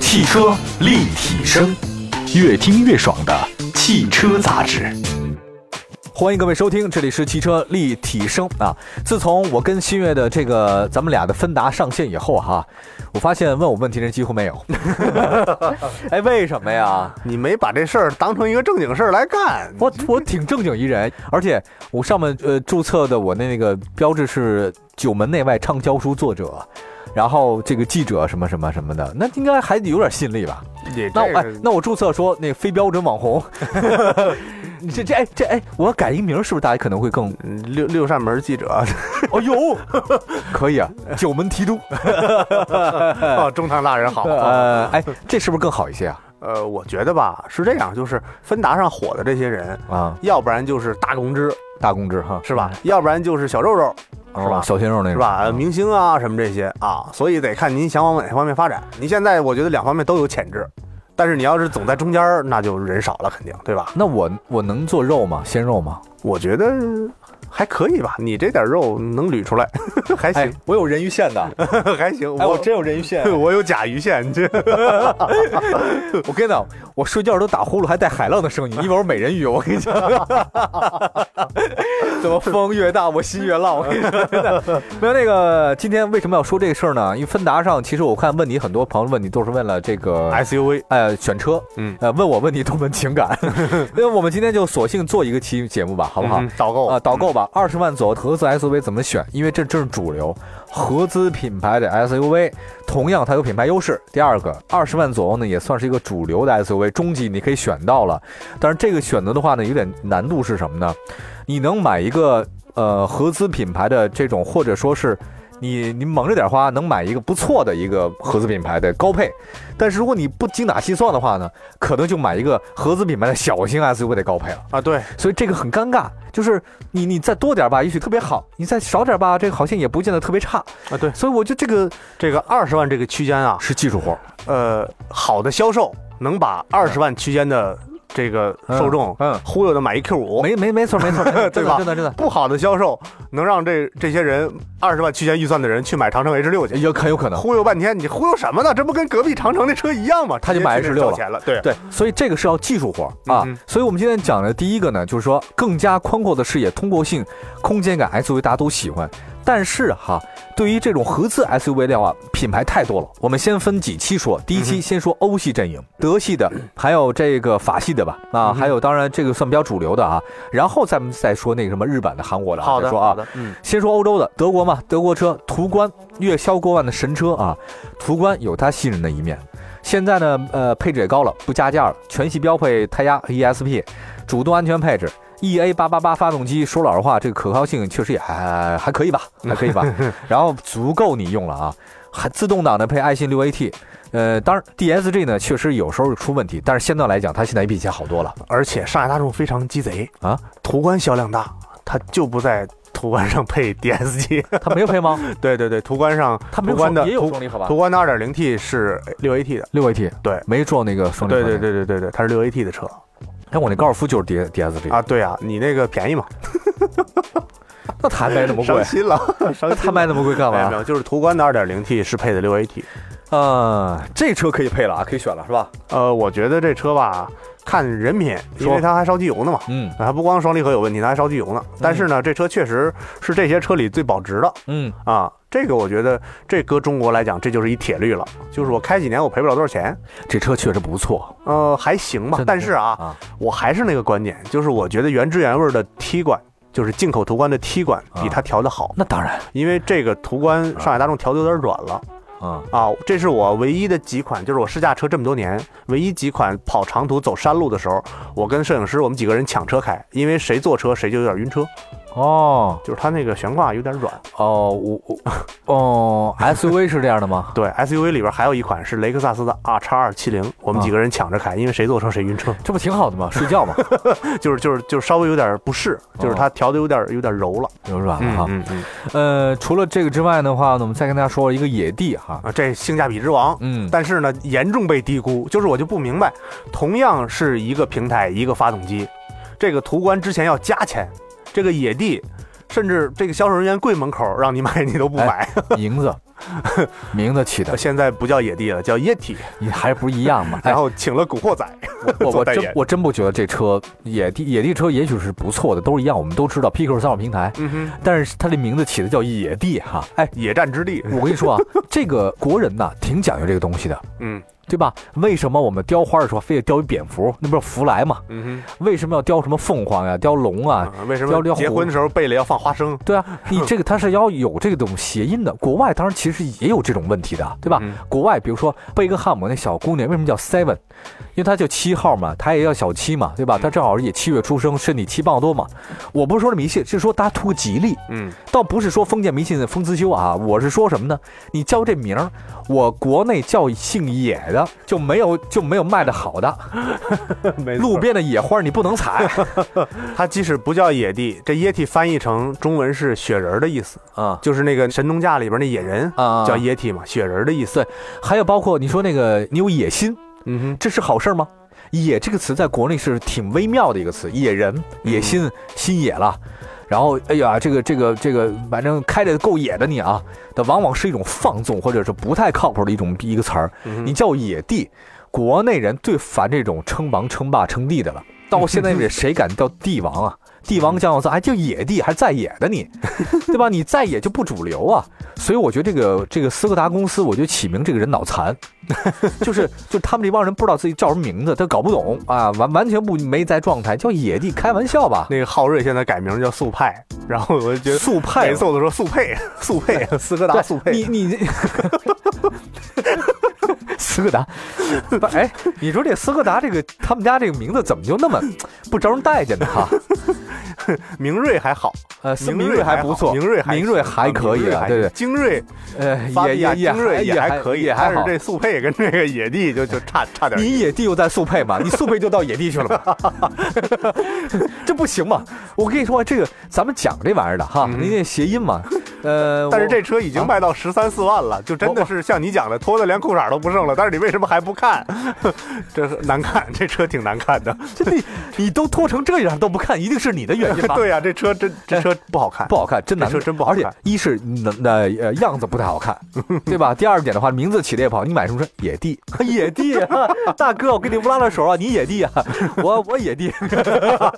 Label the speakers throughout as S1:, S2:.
S1: 汽车立体声，越听越爽的汽车杂志。
S2: 欢迎各位收听，这里是汽车立体声啊。自从我跟新月的这个咱们俩的芬达上线以后哈、我发现问我问题人几乎没有。 哎，为什么呀？
S3: 你没把这事儿当成一个正经事儿来干，
S2: 我我挺正经一人，而且我上面呃注册的我那个标志是九门内外畅销书作者，然后这个记者什么什么什么的，那应该还有点吸引力吧？
S3: 你
S2: 那
S3: 这
S2: 我哎
S3: 个，
S2: 那我注册说那非标准网 红，你这这哎这哎，我要改一名儿是不是大家可能会更？
S3: 嗯六六扇门记者，
S2: 哦呦，可 以啊，九门提督，
S3: 哦，中堂大 人好。哦
S2: 呃，哎，这是不是更好一些啊？
S3: 呃，我觉得吧是这样，就是芬达上火的这些人，
S2: 啊，
S3: 要不然就是大公知
S2: 大公知哈，
S3: 是吧？要不然就是小肉肉是吧
S2: 哦小鲜肉那种
S3: 是吧？呃明星啊什么这些啊，所以得看您想往哪方面发展。您现在我觉得两方面都有潜质，但是你要是总在中间儿，那就人少了，肯定对吧？
S2: 那我我能做肉吗？鲜肉吗？
S3: 我觉得还可以吧，你这点肉能捋出来， 还
S2: 哎
S3: 行，，
S2: 我有人鱼线的，
S3: 还行。。
S2: 哎，我嗯真有人鱼线
S3: 我有甲鱼线，这
S2: 我跟你讲，我睡觉都打呼噜，还带海浪的声音，一会儿美人鱼。我跟你讲，怎么风越大我心越浪？我跟你说，真的。没有那个，今天为什么要说这个事儿呢？因为芬达上，其实我看问你很多朋友问你都是问了这 个
S3: SUV
S2: 呃，选车，
S3: 哎嗯
S2: 呃，问我问题都问情感，那我们今天就索性做一个期节目吧，好不好？
S3: 嗯导购
S2: 啊，导购吧，二十万左右合资 SUV 怎么选？因为这正是主流，合资品牌的 SUV，同样它有品牌优势。第二个，二十万左右呢，也算是一个主流的 SUV，中级你可以选到了，但是这个选择的话呢，有点难度是什么呢？你能买一个呃合资品牌的这种，或者说是你你蒙着点花能买一个不错的一个合资品牌的高配，但是如果你不精打细算的话呢，可能就买一个合资品牌的小型 SUV 的高配了。
S3: 啊，对，
S2: 所以这个很尴尬，就是你你再多点吧，也许特别好；你再少点吧，这个好像也不见得特别差。
S3: 啊对，
S2: 所以我就这个
S3: 这个二十万这个区间啊，
S2: 是技术活儿，
S3: 呃，好的销售能把二十万区间的这个受众
S2: 嗯嗯
S3: 忽悠的买一 Q 五，
S2: 没没没错没 错，没错真
S3: 对
S2: 的
S3: 吧
S2: 真的真的
S3: 不好的销售能让这这些人二十万区间预算的人去买长城 H 六去，
S2: 有很有可能。
S3: 忽悠半天，你忽悠什么呢？这不跟隔壁长城那车一样吗？
S2: 他就
S3: 直接
S2: 买
S3: 去那
S2: H6
S3: 交钱了，对，
S2: 对，所以这个是要技术活儿啊。
S3: 嗯哼
S2: 所以我们今天讲的第一个呢，就是说更加宽阔的视野、通过性、空间感 SUV 大家都喜欢。但是哈，对于这种合资 SUV 的话，啊品牌太多了。我们先分几期说，第一
S3: 嗯
S2: 期先说欧系阵营，德系的，还有这个法系的吧，啊，
S3: 嗯
S2: 还有当然这个算比较主流的啊，然后咱们再说那个什么日本的、韩国的啊，
S3: 好
S2: 再
S3: 的，
S2: 说
S3: 好
S2: 啊，
S3: 的，嗯，
S2: 先说欧洲的，德国嘛，德国车途观月销过万的神车啊，途观有它吸引人的一面。现在呢，呃，配置也高了，不加价了，全系标配胎压和 ESP，主动安全配置，EA E 8 8 8发动机。说老实话，这个可靠性确实也还还 可以吧，还可以吧。然后足够你用了啊，还自动挡的配爱信6 AT。呃，当然 DSG 呢，确实有时候出问题，但是相对来讲，它现在也比以前好多了。
S3: 而且上海大众非常鸡贼
S2: 啊，
S3: 途观销量大，它就不在途观上配 DSG，
S2: 它没有配吗？
S3: 对对对，途观上
S2: 它没有
S3: 途观的
S2: 双也有
S3: 途
S2: 双离合吧
S3: 途？观的二点零 T 是六 AT 的，
S2: 六 AT
S3: 对
S2: 没做那个双离合。
S3: 对对对对对对，它是六 AT 的车
S2: 哎，我那高尔夫就是 D D S G
S3: 啊，，对啊，你那个便宜嘛，
S2: 那他卖那么贵
S3: 伤，心了， 伤
S2: 那
S3: 心
S2: 他卖那么贵干
S3: 没有没
S2: 嘛？
S3: 有，就是途观的二点零 T 是配的六 AT，
S2: 啊，这车可以配了啊，可以选了是吧？
S3: 呃，我觉得这车吧看人品，因
S2: 说
S3: 为它还烧机油呢嘛。
S2: 嗯
S3: 啊它不光双离合有问题，它还烧机油呢。但是呢，这车确实是这些车里最保值的
S2: 嗯，
S3: 啊。这个我觉得，这搁中国来讲，这就是一铁律了。就是我开几年，我赔不了多少钱，
S2: 这车确实不错
S3: 呃，还行吧
S2: 真。的
S3: 但是啊，
S2: 啊。
S3: 我还是那个观点，就是我觉得原汁原味的 T 冠，就是进口途观的 T 冠，比它调的好，
S2: 那当然
S3: 因为这个途观上海大众调的有点软了
S2: 啊，
S3: 啊。这是我唯一的几款，就是我试驾车这么多年唯一几款跑长途走山路的时候，我跟摄影师我们几个人抢车开，因为谁坐车谁就有点晕车，
S2: 哦
S3: 就是它那个悬挂有点软。
S2: 哦，我我哦，SUV 是这样的吗？
S3: 对，SUV 里边还有一款是雷克萨斯的 R 叉二七零，我们几个人抢着开，因为谁坐车谁晕车，
S2: 这不挺好的吗？睡觉嘛，
S3: 就是就是就是稍微有点不适，就是它调的有点有点柔了。
S2: 有软了哈。
S3: 嗯嗯
S2: 呃，除了这个之外的话呢，我们再跟大家说一个野地哈，
S3: 啊，这性价比之王，
S2: 嗯，
S3: 但是呢，严重被低估。就是我就不明白，同样是一个平台，一个发动机，这个途观之前要加钱，这个野地，甚至这个销售人员跪门口让你买，你都不买。
S2: 银子，名字起的
S3: 现在不叫野地了，叫液体。
S4: 你还是不一样 嘛。
S2: 哎
S3: 然后请了古惑仔，
S2: 我
S3: 做
S2: 我
S3: 代
S2: 真
S3: 言
S2: 我真不觉得这车野地野地车也许是不错的，都是一样，我们都知道 PQ 三号平台，
S3: 嗯哼，
S2: 但是它这名字起的叫野地哈。哎，
S3: 野战之地，
S2: 我跟你 说啊，这个国人呐、挺讲究这个东西的，
S3: 嗯
S2: 对吧？为什么我们雕花的时候非得雕一蝙蝠？那不是福来嘛？
S3: 嗯
S2: 为什么要雕什么凤凰呀、雕龙啊
S3: 哼，？啊为什
S2: 要要
S3: 么结
S2: 虎
S3: 婚的时候贝勒要放花生？
S2: 对 啊，你这个它是要有这种谐音的。国外当然其实也有这种问题的，对吧？
S3: 嗯
S2: 国外比如说贝克汉姆那小姑娘为什么叫 Seven？因为她叫七号嘛，她也叫小七嘛，对吧？
S3: 嗯
S2: 她正好也七月出生，身体七磅多嘛。我不是说这迷信，是说大家图个吉利，
S3: 嗯，
S2: 倒不是说封建迷信的封自修啊。我是说什么呢？你叫这名儿，我国内叫姓野的就没有就没有卖的好的，
S3: 啊 没
S2: 路边的野花你不能 采
S3: 它即使不叫野地，这液体翻译成中文是雪人儿的意思，
S2: 啊。
S3: 就是那个《神农架》里边那野人
S2: 啊
S3: 叫液体嘛，雪人儿的意思。
S2: 还有包括你说那个你有野心，
S3: 嗯哼，
S2: 这是好事儿吗？野这个词在国内是挺微妙的一个词，野人、野心、心野了。然后，哎呀，这个这个这个，反正开的够野的你啊，它往往是一种放纵，或者是不太靠谱的一种一个词儿。
S3: 嗯
S2: 你叫野地，国内人最烦这种称王、称霸、称帝的了。到现在为止，谁敢叫帝王啊？帝王将要在，还叫野地，还在野的你，对吧？你在野就不主流啊。所以我觉得这个这个斯柯达公司，我觉得起名这个人脑残， 就是就他们这帮人不知道自己叫什么名字，他搞不懂啊，完完全不没在状态，叫野地，开玩笑吧？
S3: 那个昊锐现在改名叫速派，然后我就觉得。
S2: 速派
S3: 每次我都说速配，速配，斯柯达
S2: 对
S3: 速配。
S2: 你你 这。斯柯达，不哎，你说这斯柯达这个他们家这个名字怎么就那么不招人待见呢？ 哈，
S3: 明锐还好，
S2: 呃，斯明
S3: 锐
S2: 还不错，
S3: 明锐还
S2: 明锐
S3: 行
S2: 还可以
S3: 明锐
S2: 啊，对对，
S3: 精锐
S2: 呃，
S3: 发
S2: 也
S3: 比亚
S2: 也也
S3: 精锐
S2: 也
S3: 还可以，
S2: 也还
S3: 但
S2: 好
S3: 是。这速配跟这个野地就就差差点。
S2: 你野地又在速配嘛？你速配就到野地去了嘛？ 这不行嘛！我跟你说，这个咱们讲这玩意儿的哈，
S3: 嗯
S2: 你得谐音嘛。呃，
S3: 但是
S2: 我
S3: 这车已经卖到十三四万了，就真的是像你讲的，脱的连裤衩都不剩了。但是你为什么还不看？ 这是难看，这车挺难看的。
S2: 真的，你都拖成这样都不看，一定是你哎的原因吧？
S3: 对呀、这车真这车不好看
S2: 不。好看，真难
S3: 这
S2: 看，
S3: 车真不好看
S2: 而且一是那那呃样子不太好 看，对吧？第二点的话，名字起的也不好。你买什么车？野地，野地、啊大哥，我跟你不拉拉手啊，你野地啊，我我野地，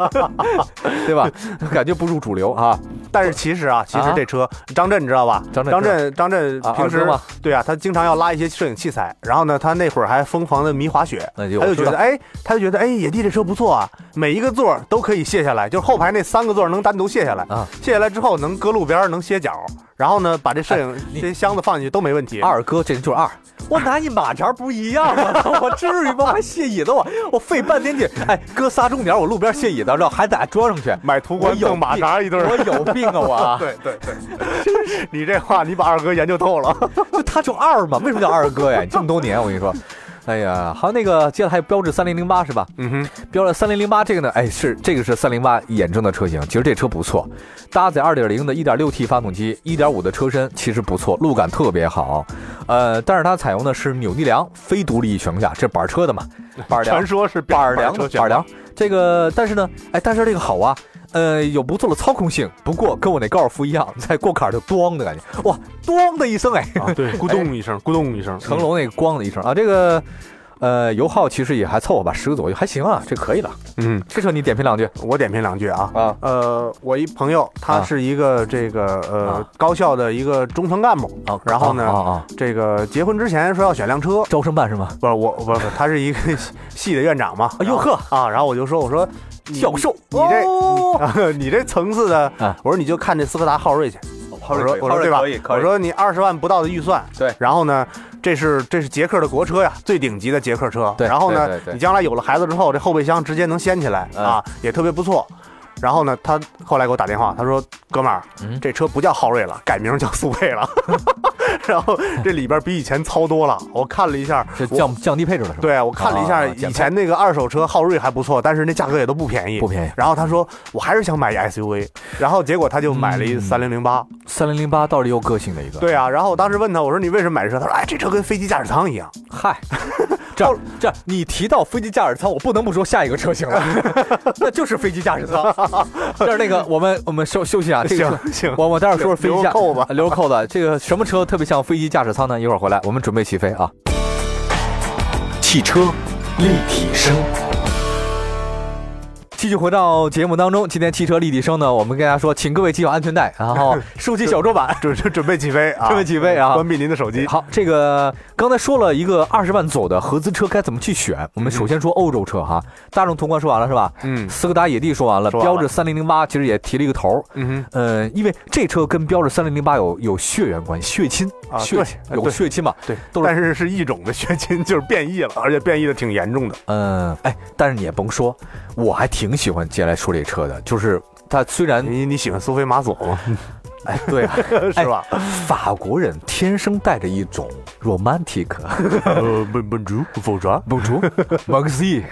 S2: 对吧？感觉不入主流啊。
S3: 但是其实啊，其实这车张震你知道吧？
S2: 张震
S3: 张震张震
S2: 啊
S3: 平
S2: 二
S3: 时
S2: 哥嘛
S3: 对啊，他经常要拉一些摄影器材，然后呢，他那会儿还疯狂的迷滑雪，
S2: 那就
S3: 他就
S2: 我知
S3: 觉
S2: 道
S3: 得哎，他就觉得哎，野地这车不错啊，每一个座儿都可以卸下来，就是后排那三个座儿能单独卸下来
S2: 啊，
S3: 卸下来之后能搁路边儿能歇脚，然后呢，把这摄影
S2: 哎你
S3: 这箱子放进去都没问题。
S2: 二哥，这人就是二。我拿你马扎不一样吗？ 我至于吗？还卸椅子我，我费半天劲。哎，搁仨钟点，我路边卸椅子，然后还得装上去。
S3: 买途
S2: 我
S3: 观
S2: 有
S3: 赠马扎一对 儿
S2: 哎我。有病啊！我
S3: 对对对， 你这话你把二哥研究透了。
S2: 就他就二嘛，为什么叫二哥 呀？你这么多年，我跟你说，哎呀，还有那个接着还有标致三零零八是吧？
S3: 嗯哼，
S2: 标致三零零八这个呢，哎，是这个是三零八衍生的车型，其实这车不错，搭载二点零的一点六 T 发动机，一点五的车身，其实不错，路感特别好。呃，但是它采用的是扭力梁非独立翼悬挂，这板儿车的 嘛，板儿梁
S3: 传说是
S2: 板儿梁
S3: 车
S2: 板儿梁，这个但是呢，哎，但是这个好啊，呃，有不错的操控性，不过跟我那高尔夫一样，在过坎儿就咣的感觉，哇，咣的一声，哎，
S3: 啊，对，咕咚一声，咕咚一声，
S2: 成龙那个咣的一声啊，这个呃油耗其实也还凑合吧，十个左右还行啊，这可以了。
S3: 嗯。嗯，
S2: 这车你点评两句
S3: 我点评两句啊。
S2: 啊，
S3: 呃，我一朋友，他
S2: 啊
S3: 是一个这个呃
S2: 啊
S3: 高校的一个中层干部，
S2: 啊
S3: 然后呢
S2: 啊啊啊，
S3: 这个结婚之前说要选辆车，
S2: 招生办是吗？
S3: 不是 我，不是他是一个系系的院长嘛，
S2: 哎呦呵
S3: 啊，然后我就说我说你
S2: 教授，
S3: 你这
S2: 哦
S3: 啊 你这层次的
S2: 啊，
S3: 我说你就看这斯柯达昊锐去，我说我说对吧？我说你二十万不到的预算，
S2: 对
S3: 然后呢，这是这是捷克的国车呀，最顶级的捷克车。
S2: 对
S3: 然后呢
S2: 对对，对
S3: 你将来有了孩子之后，这后备箱直接能掀起来
S2: 嗯
S3: 啊，也特别不错。然后呢，他后来给我打电话，他说：“哥们儿
S2: 嗯，
S3: 这车不叫昊锐了，改名叫速配了。” 然后这里边比以前糙多了。我看了一下，
S2: 这
S3: 我
S2: 降降低配置了是吧？，
S3: 对我看了一下
S2: 啊减
S3: 以前那个二手车昊锐还不错，但是那价格也都不便宜
S2: 不。便宜。
S3: 然后他说：“我还是想买一 SUV。”然后结果他就买了一
S2: 嗯
S3: 三零零八。
S2: 三零零八倒是有个性的一个，，
S3: 对啊，然后我当时问他，我说你为什么买这车？他说，哎，这车跟飞机驾驶舱一样。
S2: 嗨，这样这样，你提到飞机驾驶舱，我不能不说下一个车型 了，那就是飞机驾驶舱。但是那个，我们我们休休息啊，这个车
S3: 行行
S2: 我我待会儿说说飞机驾
S3: 留个扣吧
S2: 啊留个扣子。这个什么车特别像飞机驾驶舱呢？一会儿回来，我们准备起飞啊。
S1: 汽车立体声，
S2: 继续回到节目当中，今天汽车立体声呢，我们跟大家说，请各位系好安全带，然 后竖起小桌板。
S3: 准准准备起飞啊！
S2: 准备起飞啊
S3: 关闭您的手机。
S2: 好，这个刚才说了一个二十万左的合资车该怎么去选，我们首先说欧洲车哈，大众途观说完了是吧？
S3: 嗯
S2: 斯柯达野地说完了，
S3: 说完了
S2: 标致三零零八其实也提了一个头儿，
S3: 嗯哼，
S2: 呃，因为这车跟标致三零零八有有血缘关系，血亲
S3: 啊
S2: 血
S3: 对
S2: 亲
S3: 呃
S2: 有
S3: 对
S2: 血亲嘛，
S3: 对，
S2: 都是
S3: 但是是一种的血亲，就是变异了，而且变异的挺严重的。
S2: 嗯，哎，但是你也甭说，我还挺喜欢接下来说这车的，就是它虽然
S3: 你你喜欢苏菲玛索吗？
S2: 嗯 哎对 啊，
S3: 是吧？
S2: 法国人天生带着一种 romantic
S3: 呃，不 不如否则，
S2: 不足 m a x i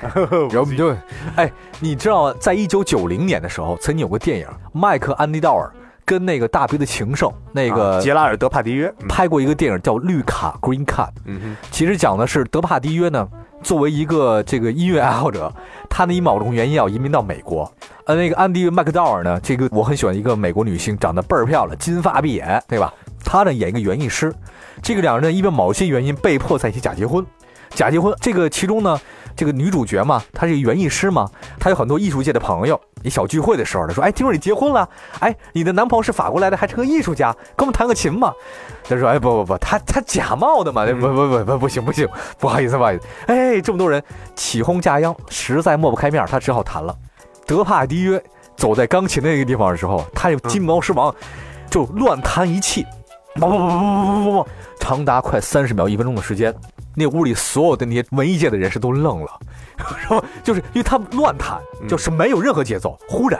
S2: 然后就哎，你知道，在一九九零年的时候，曾经有个电影，麦克安迪道尔跟那个大鼻子情圣那
S3: 啊
S2: 个
S3: 杰拉尔德帕迪约，嗯
S2: 拍过一个电影叫《绿卡 （Green Card）》，
S3: 嗯
S2: 其实讲的是德帕迪约呢，作为一个这个音乐爱好者，他呢以某种原因要移民到美国。呃，那个安迪麦克道尔呢，这个我很喜欢一个美国女星，长得倍儿漂亮，金发碧眼，对吧？她呢演一个园艺师，这个两人呢因为某些原因被迫在一起假结婚。假结婚这个其中呢，这个女主角嘛，她是一个园艺师嘛，她有很多艺术界的朋友。一小聚会的时候，她说：“哎，听说你结婚了，哎，你的男朋友是法国来的，还是个艺术家，跟我们弹个琴嘛。”他说：“哎，不不不，他他假冒的嘛，不不不不不行不行，不好意思不好意思。哎，这么多人起哄架秧，实在抹不开面儿，他只好弹了。德帕迪约走在钢琴的那个地方的时候，他这金毛狮王就乱弹一气，汪汪汪汪汪汪汪，长达快三十秒一分钟的时间，那屋里所有的那些文艺界的人士都愣了，然后就是因为他乱弹，就是没有任何节奏，忽然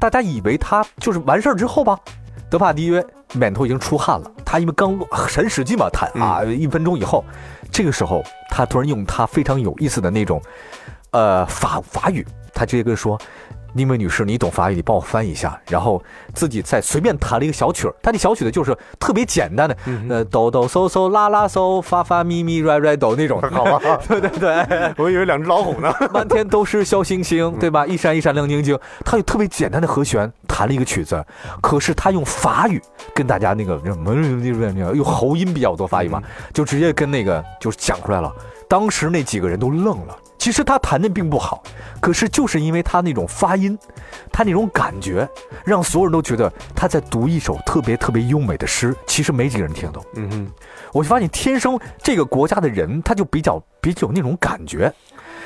S2: 大家以为他就是完事儿之后吧，德帕迪约满头已经出汗了，他因为刚神使劲嘛弹啊，一分钟以后，这个时候他突然用他非常有意思的那种，呃法法语，他直接跟说。妮美女士，你懂法语，你帮我翻译一下。然后自己再随便弹了一个小曲儿，他那小曲的就是特别简单的，
S3: 嗯
S2: 呃，哆哆嗦嗦啦啦嗦发发咪咪瑞瑞哆那种，
S3: 哼，好吧，
S2: 对对对，
S3: 我以为两只老虎呢。
S2: 满天都是小星星，对吧？一闪一闪亮晶晶。他有特别简单的和弦弹了一个曲子，可是他用法语跟大家那个用喉音比较多法语嘛，就直接跟那个就是讲出来了。当时那几个人都愣了。其实他弹的并不好，可是就是因为他那种发音，他那种感觉，让所有人都觉得他在读一首特别特别优美的诗。其实没几个人听得懂。
S3: 嗯哼，
S2: 我就发现天生这个国家的人，他就比较比较有那种感觉。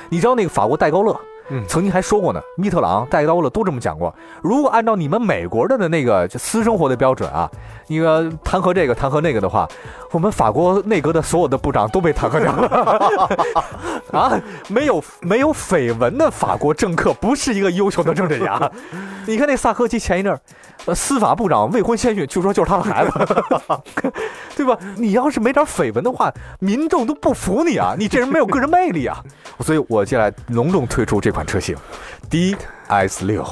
S2: 你知道那个法国戴高乐，
S3: 嗯
S2: 曾经还说过呢，密特朗、戴高乐都这么讲过。如果按照你们美国人的那个就私生活的标准啊，那个弹劾这个弹劾那个的话，我们法国内阁的所有的部长都被弹劾掉 了啊！没有没有绯闻的法国政客不是一个优秀的政治家。你看那萨科齐前一阵儿，呃，司法部长未婚先孕，据说就是他的孩子。 对吧？你要是没点绯闻的话，民众都不服你啊！你这人没有个人魅力啊！所以我接下来隆重推出这款车型，D S 六，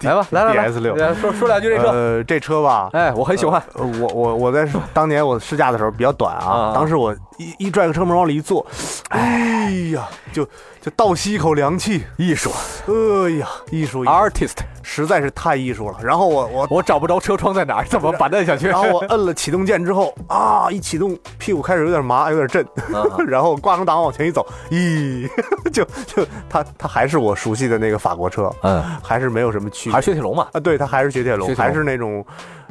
S2: 来吧，来来来
S3: DS6
S2: 来说说两句这车。
S3: 呃，这车吧，
S2: 哎，我很喜欢，
S3: 呃我我我在当年我试驾的时候比较短
S2: 啊
S3: 啊，当时我一一拽个车门往里一坐，哎呀，就就倒吸一口凉气，
S2: 艺术
S3: 哎呀，艺术艺术
S2: artist，
S3: 实在是太艺术了。然后我我
S2: 我找不着车窗在哪儿，怎么板凳 下去？
S3: 然后我摁了启动键之后啊，一启动屁股开始有点麻，有点震，
S2: 嗯啊
S3: 然后挂上档往前一走，咦， 就就它它还是我熟悉的那个法国车，
S2: 嗯，
S3: 还是没有什么区别
S2: 还是雪铁龙嘛，
S3: 啊，对，它还是雪铁龙，
S2: 雪铁龙
S3: 还是那种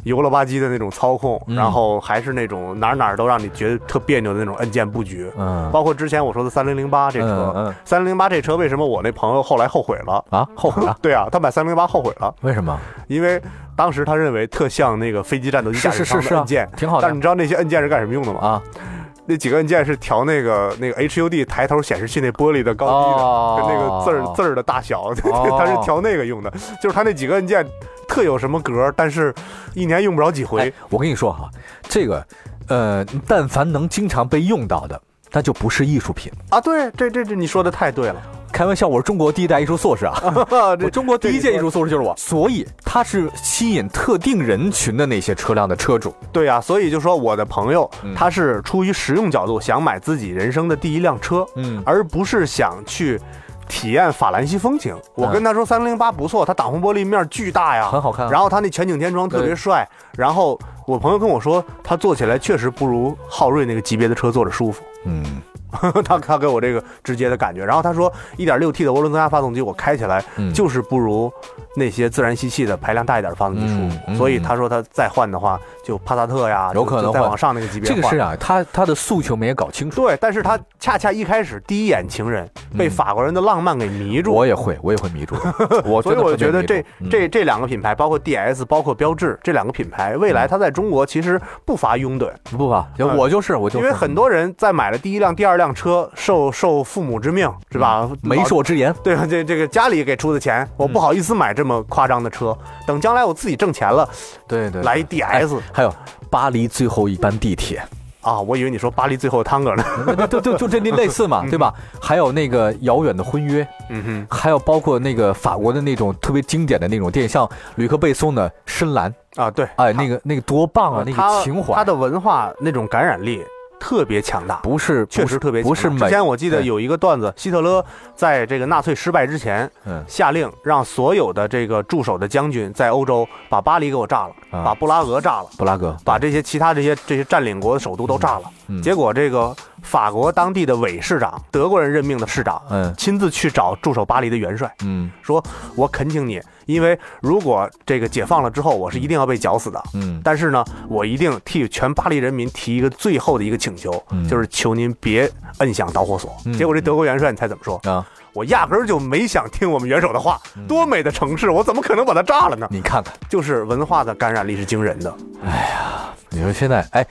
S3: 油了吧唧的那种操控，
S2: 嗯
S3: 然后还是那种哪儿哪儿都让你觉得特别扭的那种按键布局，
S2: 嗯
S3: 包括之前我说的三零零八这
S2: 嗯嗯
S3: 车，三零零八这车为什么我那朋友后来后悔了？，
S2: 啊，后悔了
S3: 对啊，他买三零零八后悔了，
S2: 为什么？
S3: 因为当时他认为特像那个飞机战斗机驾驶舱
S2: 是是是是
S3: 的
S2: 啊
S3: 按键，
S2: 挺好的
S3: 但是你知道那些按键是干什么用的吗？
S2: 啊，
S3: 那几个按键是调那个那个 HUD 抬头显示器那玻璃的高低的，
S2: 哦
S3: 跟那个字儿字儿的大小，
S2: 哦
S3: 它是调那个用的。就是它那几个按键特有什么格，但是一年用不着几回
S2: 哎。，我跟你说哈，这个，呃，但凡能经常被用到的，那就不是艺术品。
S3: 啊，对，这这这你说的太对了。
S2: 开玩笑，我是中国第一代艺术硕士啊，我中国第一届艺术硕士就是我，所以它是吸引特定人群的那些车辆的车主。
S3: 对呀、所以就说我的朋友
S2: 嗯
S3: 他是出于实用角度想买自己人生的第一辆车，
S2: 嗯
S3: 而不是想去体验法兰西风情。我
S2: 嗯
S3: 跟他说三零八不错，它挡风玻璃面巨 大呀，
S2: 很好看啊
S3: 然后它那全景天窗特别
S2: 对
S3: 帅。然后我朋友跟我说，他坐起来确实不如昊锐那个级别的车坐着舒服。
S2: 嗯，
S3: 他他给我这个直接的感觉。然后他说，一点六 T 的涡轮增压发动机我开起来
S2: 嗯
S3: 就是不如那些自然吸气的排量大一点的发动机舒服。
S2: 嗯嗯
S3: 所以他说他再换的话，就帕萨特呀，
S2: 有
S3: 就
S2: 可能
S3: 就再
S2: 换
S3: 往上那个级别
S2: 这
S3: 换。
S2: 个事啊，他他的诉求没有搞清楚。
S3: 对，但是他恰恰一开始第一眼情人被
S2: 嗯
S3: 法国人的浪漫给迷住，
S2: 我也会，我也会迷 住，我
S3: 所以
S2: 真的
S3: 我
S2: 会被
S3: 觉得
S2: 迷
S3: 这
S2: 住嗯
S3: 这这两个品牌，包括 DS，包括标志这两个品牌，
S2: 嗯
S3: 未来它在中国其实不乏拥趸，
S2: 不吧，
S3: 嗯
S2: 我就是我就是，
S3: 因为很多人在买了第一辆、第二辆车，受受父母之命，是吧？
S2: 媒
S3: 老
S2: 妁之言，
S3: 对，啊这这个家里给出的钱，我不好意思买这么夸张的车。等将来我自己挣钱了，
S2: 对哎对
S3: 来一 DS
S2: 还有巴黎最后一班地铁，
S3: 啊！我以为你说巴黎最后的探戈呢。
S2: 对对对，就这类似嘛，对吧？还有那个遥远的婚约，
S3: 嗯哼，
S2: 还有包括那个法国的那种特别经典的那种电影，像吕克贝松的《深蓝》，
S3: 啊对，
S2: 哎，那个那个多棒啊，那
S3: 他
S2: 个情怀
S3: 嗯他，的文化那种感染力特别强大。
S2: 不是
S3: 确
S2: 不
S3: 实
S2: 是
S3: 特别
S2: 不是
S3: 强大之
S2: 美，
S3: 前我记得
S2: 对
S3: 有一个段子，希特勒在这个纳粹失败之前，
S2: 嗯
S3: 下令让所有的这个驻守的将军在欧洲把巴黎给我炸了，
S2: 啊
S3: 把布拉格炸了，
S2: 布拉格，
S3: 把这些其他这些这些占领国的首都都炸了。
S2: 嗯
S3: 结果这个法国当地的伪市长，德国人任命的市长，
S2: 嗯
S3: 亲自去找驻守巴黎的元帅，
S2: 嗯
S3: 说：“我恳请你，因为如果这个解放了之后，我是一定要被绞死的。
S2: 嗯
S3: 但是呢，我一定替全巴黎人民提一个最后的一个请求，
S2: 嗯
S3: 就是求您别摁响导火索。
S2: 嗯
S3: 结果这德国元帅，你猜怎么说？
S2: 啊，
S3: 我压根儿就没想听我们元首的话，
S2: 嗯
S3: 多美的城市，我怎么可能把它炸了呢？
S2: 你看看，
S3: 就是文化的感染力是惊人的。
S2: 你说现在哎。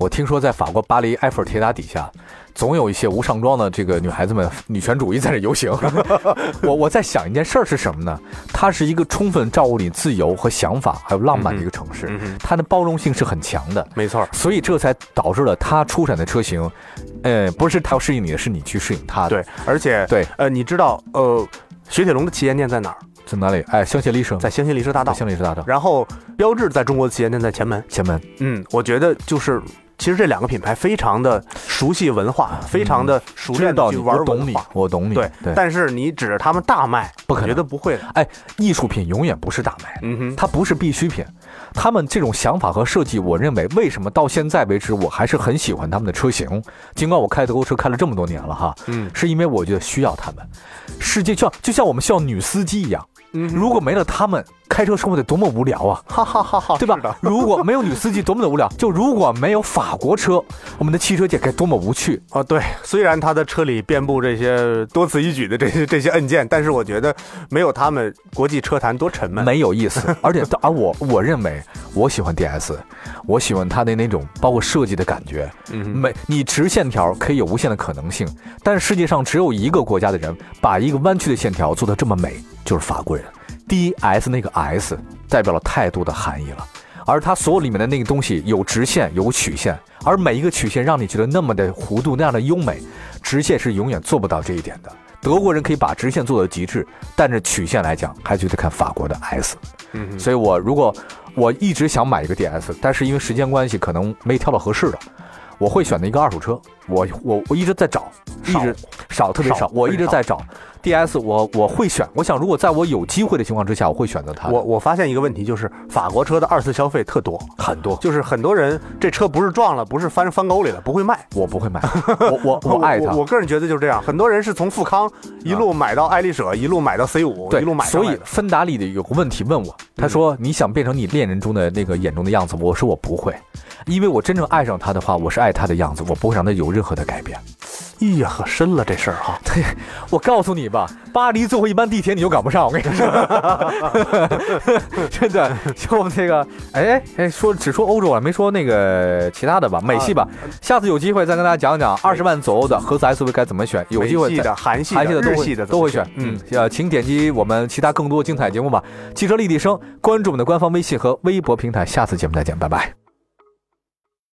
S2: 我听说在法国巴黎埃菲尔铁塔底下，总有一些无上装的这个女孩子们女权主义在这游 行。 我我在想一件事儿是什么呢？它是一个充分照顾你自由和想法还有浪漫的一个城市，
S3: 嗯哼，
S2: 它的包容性是很强的。
S3: 没错儿，
S2: 所以这才导致了它出产的车型，呃，不是它要适应你的，是你去适应它的。
S3: 啊对，而且
S2: 对，
S3: 呃，你知道，呃，雪铁龙的旗舰店在哪儿？
S2: 在哪里？哎，香榭丽舍
S3: 在香榭丽舍大道。
S2: 香榭丽舍大道
S3: 然后，标志在中国的旗舰店在前门。
S2: 前门。
S3: 嗯，我觉得就是，其实这两个品牌非常的熟悉文化，非常的熟
S2: 嗯知
S3: 练
S2: 道
S3: 的
S2: 你，
S3: 去玩
S2: 我懂
S3: 文
S2: 你
S3: 化。，
S2: 我懂你。嗯
S3: 对，
S2: 对，
S3: 但是你指着他们大卖，
S2: 不可能
S3: 我觉得不会的。
S2: 哎，艺术品永远不是大卖，
S3: 嗯哼，
S2: 它不是必需品。他们这种想法和设计，我认为为什么到现在为止，我还是很喜欢他们的车型。尽管我开德国车开了这么多年了哈，
S3: 嗯
S2: 是因为我觉得需要他们。世界就像就像我们需要女司机一样，
S3: 嗯哼，
S2: 如果没了他们，开车生活得多么无聊啊！
S3: 哈哈哈哈，
S2: 对
S3: 是
S2: 吧
S3: 的？
S2: 如果没有女司机，多么的无聊；就如果没有法国车，我们的汽车界该多么无趣。
S3: 啊，对，虽然他的车里遍布这些多此一举的这些这些按键，但是我觉得没有他们国际车坛多沉闷。
S2: 没有意思，而且而我我认为，我喜欢 DS，我喜欢它的那种包括设计的感觉。
S3: 嗯哼，
S2: 每你直线条可以有无限的可能性，但是世界上只有一个国家的人把一个弯曲的线条做得这么美，就是法国人。DS 那个 S 代表了太多的含义了，而它所有里面的那个东西有直线有曲线，而每一个曲线让你觉得那么的弧度那样的优美，直线是永远做不到这一点的。德国人可以把直线做到极致，但是曲线来讲，还觉得看法国的 S。
S3: 嗯哼，
S2: 所以我如果我一直想买一个 DS，但是因为时间关系，可能没挑到合适的，我会选择一个二手车。我我我一直在找，一
S3: 少
S2: 直少特别
S3: 少
S2: 少，我一直
S3: 很
S2: 在找 DS 我。我会选，我想如果在我有机会的情况之下，我会选择它。
S3: 我我发现一个问题，就是法国车的二次消费特多，
S2: 很多，
S3: 就是很多人这车不是撞了，不是翻翻沟里了，不会卖。
S2: 我不会 买，我我我爱它
S3: 我。我个人觉得就是这样，很多人是从富康一路买到爱丽舍，一路买到 C 五，
S2: 对
S3: 一路，买上
S2: 所
S3: 来
S2: 以
S3: 的。嗯
S2: 芬达里的有个问题问我，他说你想变成你恋人中的那个眼中的样子，我说我不会，因为我真正爱上他的话，我是爱他的样子，我不会让他有任何的改变。
S3: 哎呀，可深了这事儿哈。
S2: 我告诉你吧，巴黎最后一班地铁你就赶不上，我跟你 说，真的。就我们这个，哎哎，说只说欧洲啊，没说那个其他的
S3: 啊
S2: 吧，美系吧。下次有机会再跟大家讲讲二十万左右的合资 SUV 该怎么选，有机
S3: 美
S2: 会
S3: 系
S2: 再
S3: 的、韩系的、
S2: 韩系的都
S3: 日
S2: 会
S3: 系的
S2: 都会选，
S3: 嗯
S2: 嗯，呃，请点击我们其他更多精彩节目吧。汽车立体声，关注我们的官方微信和微博平台，下次节目再见，拜拜。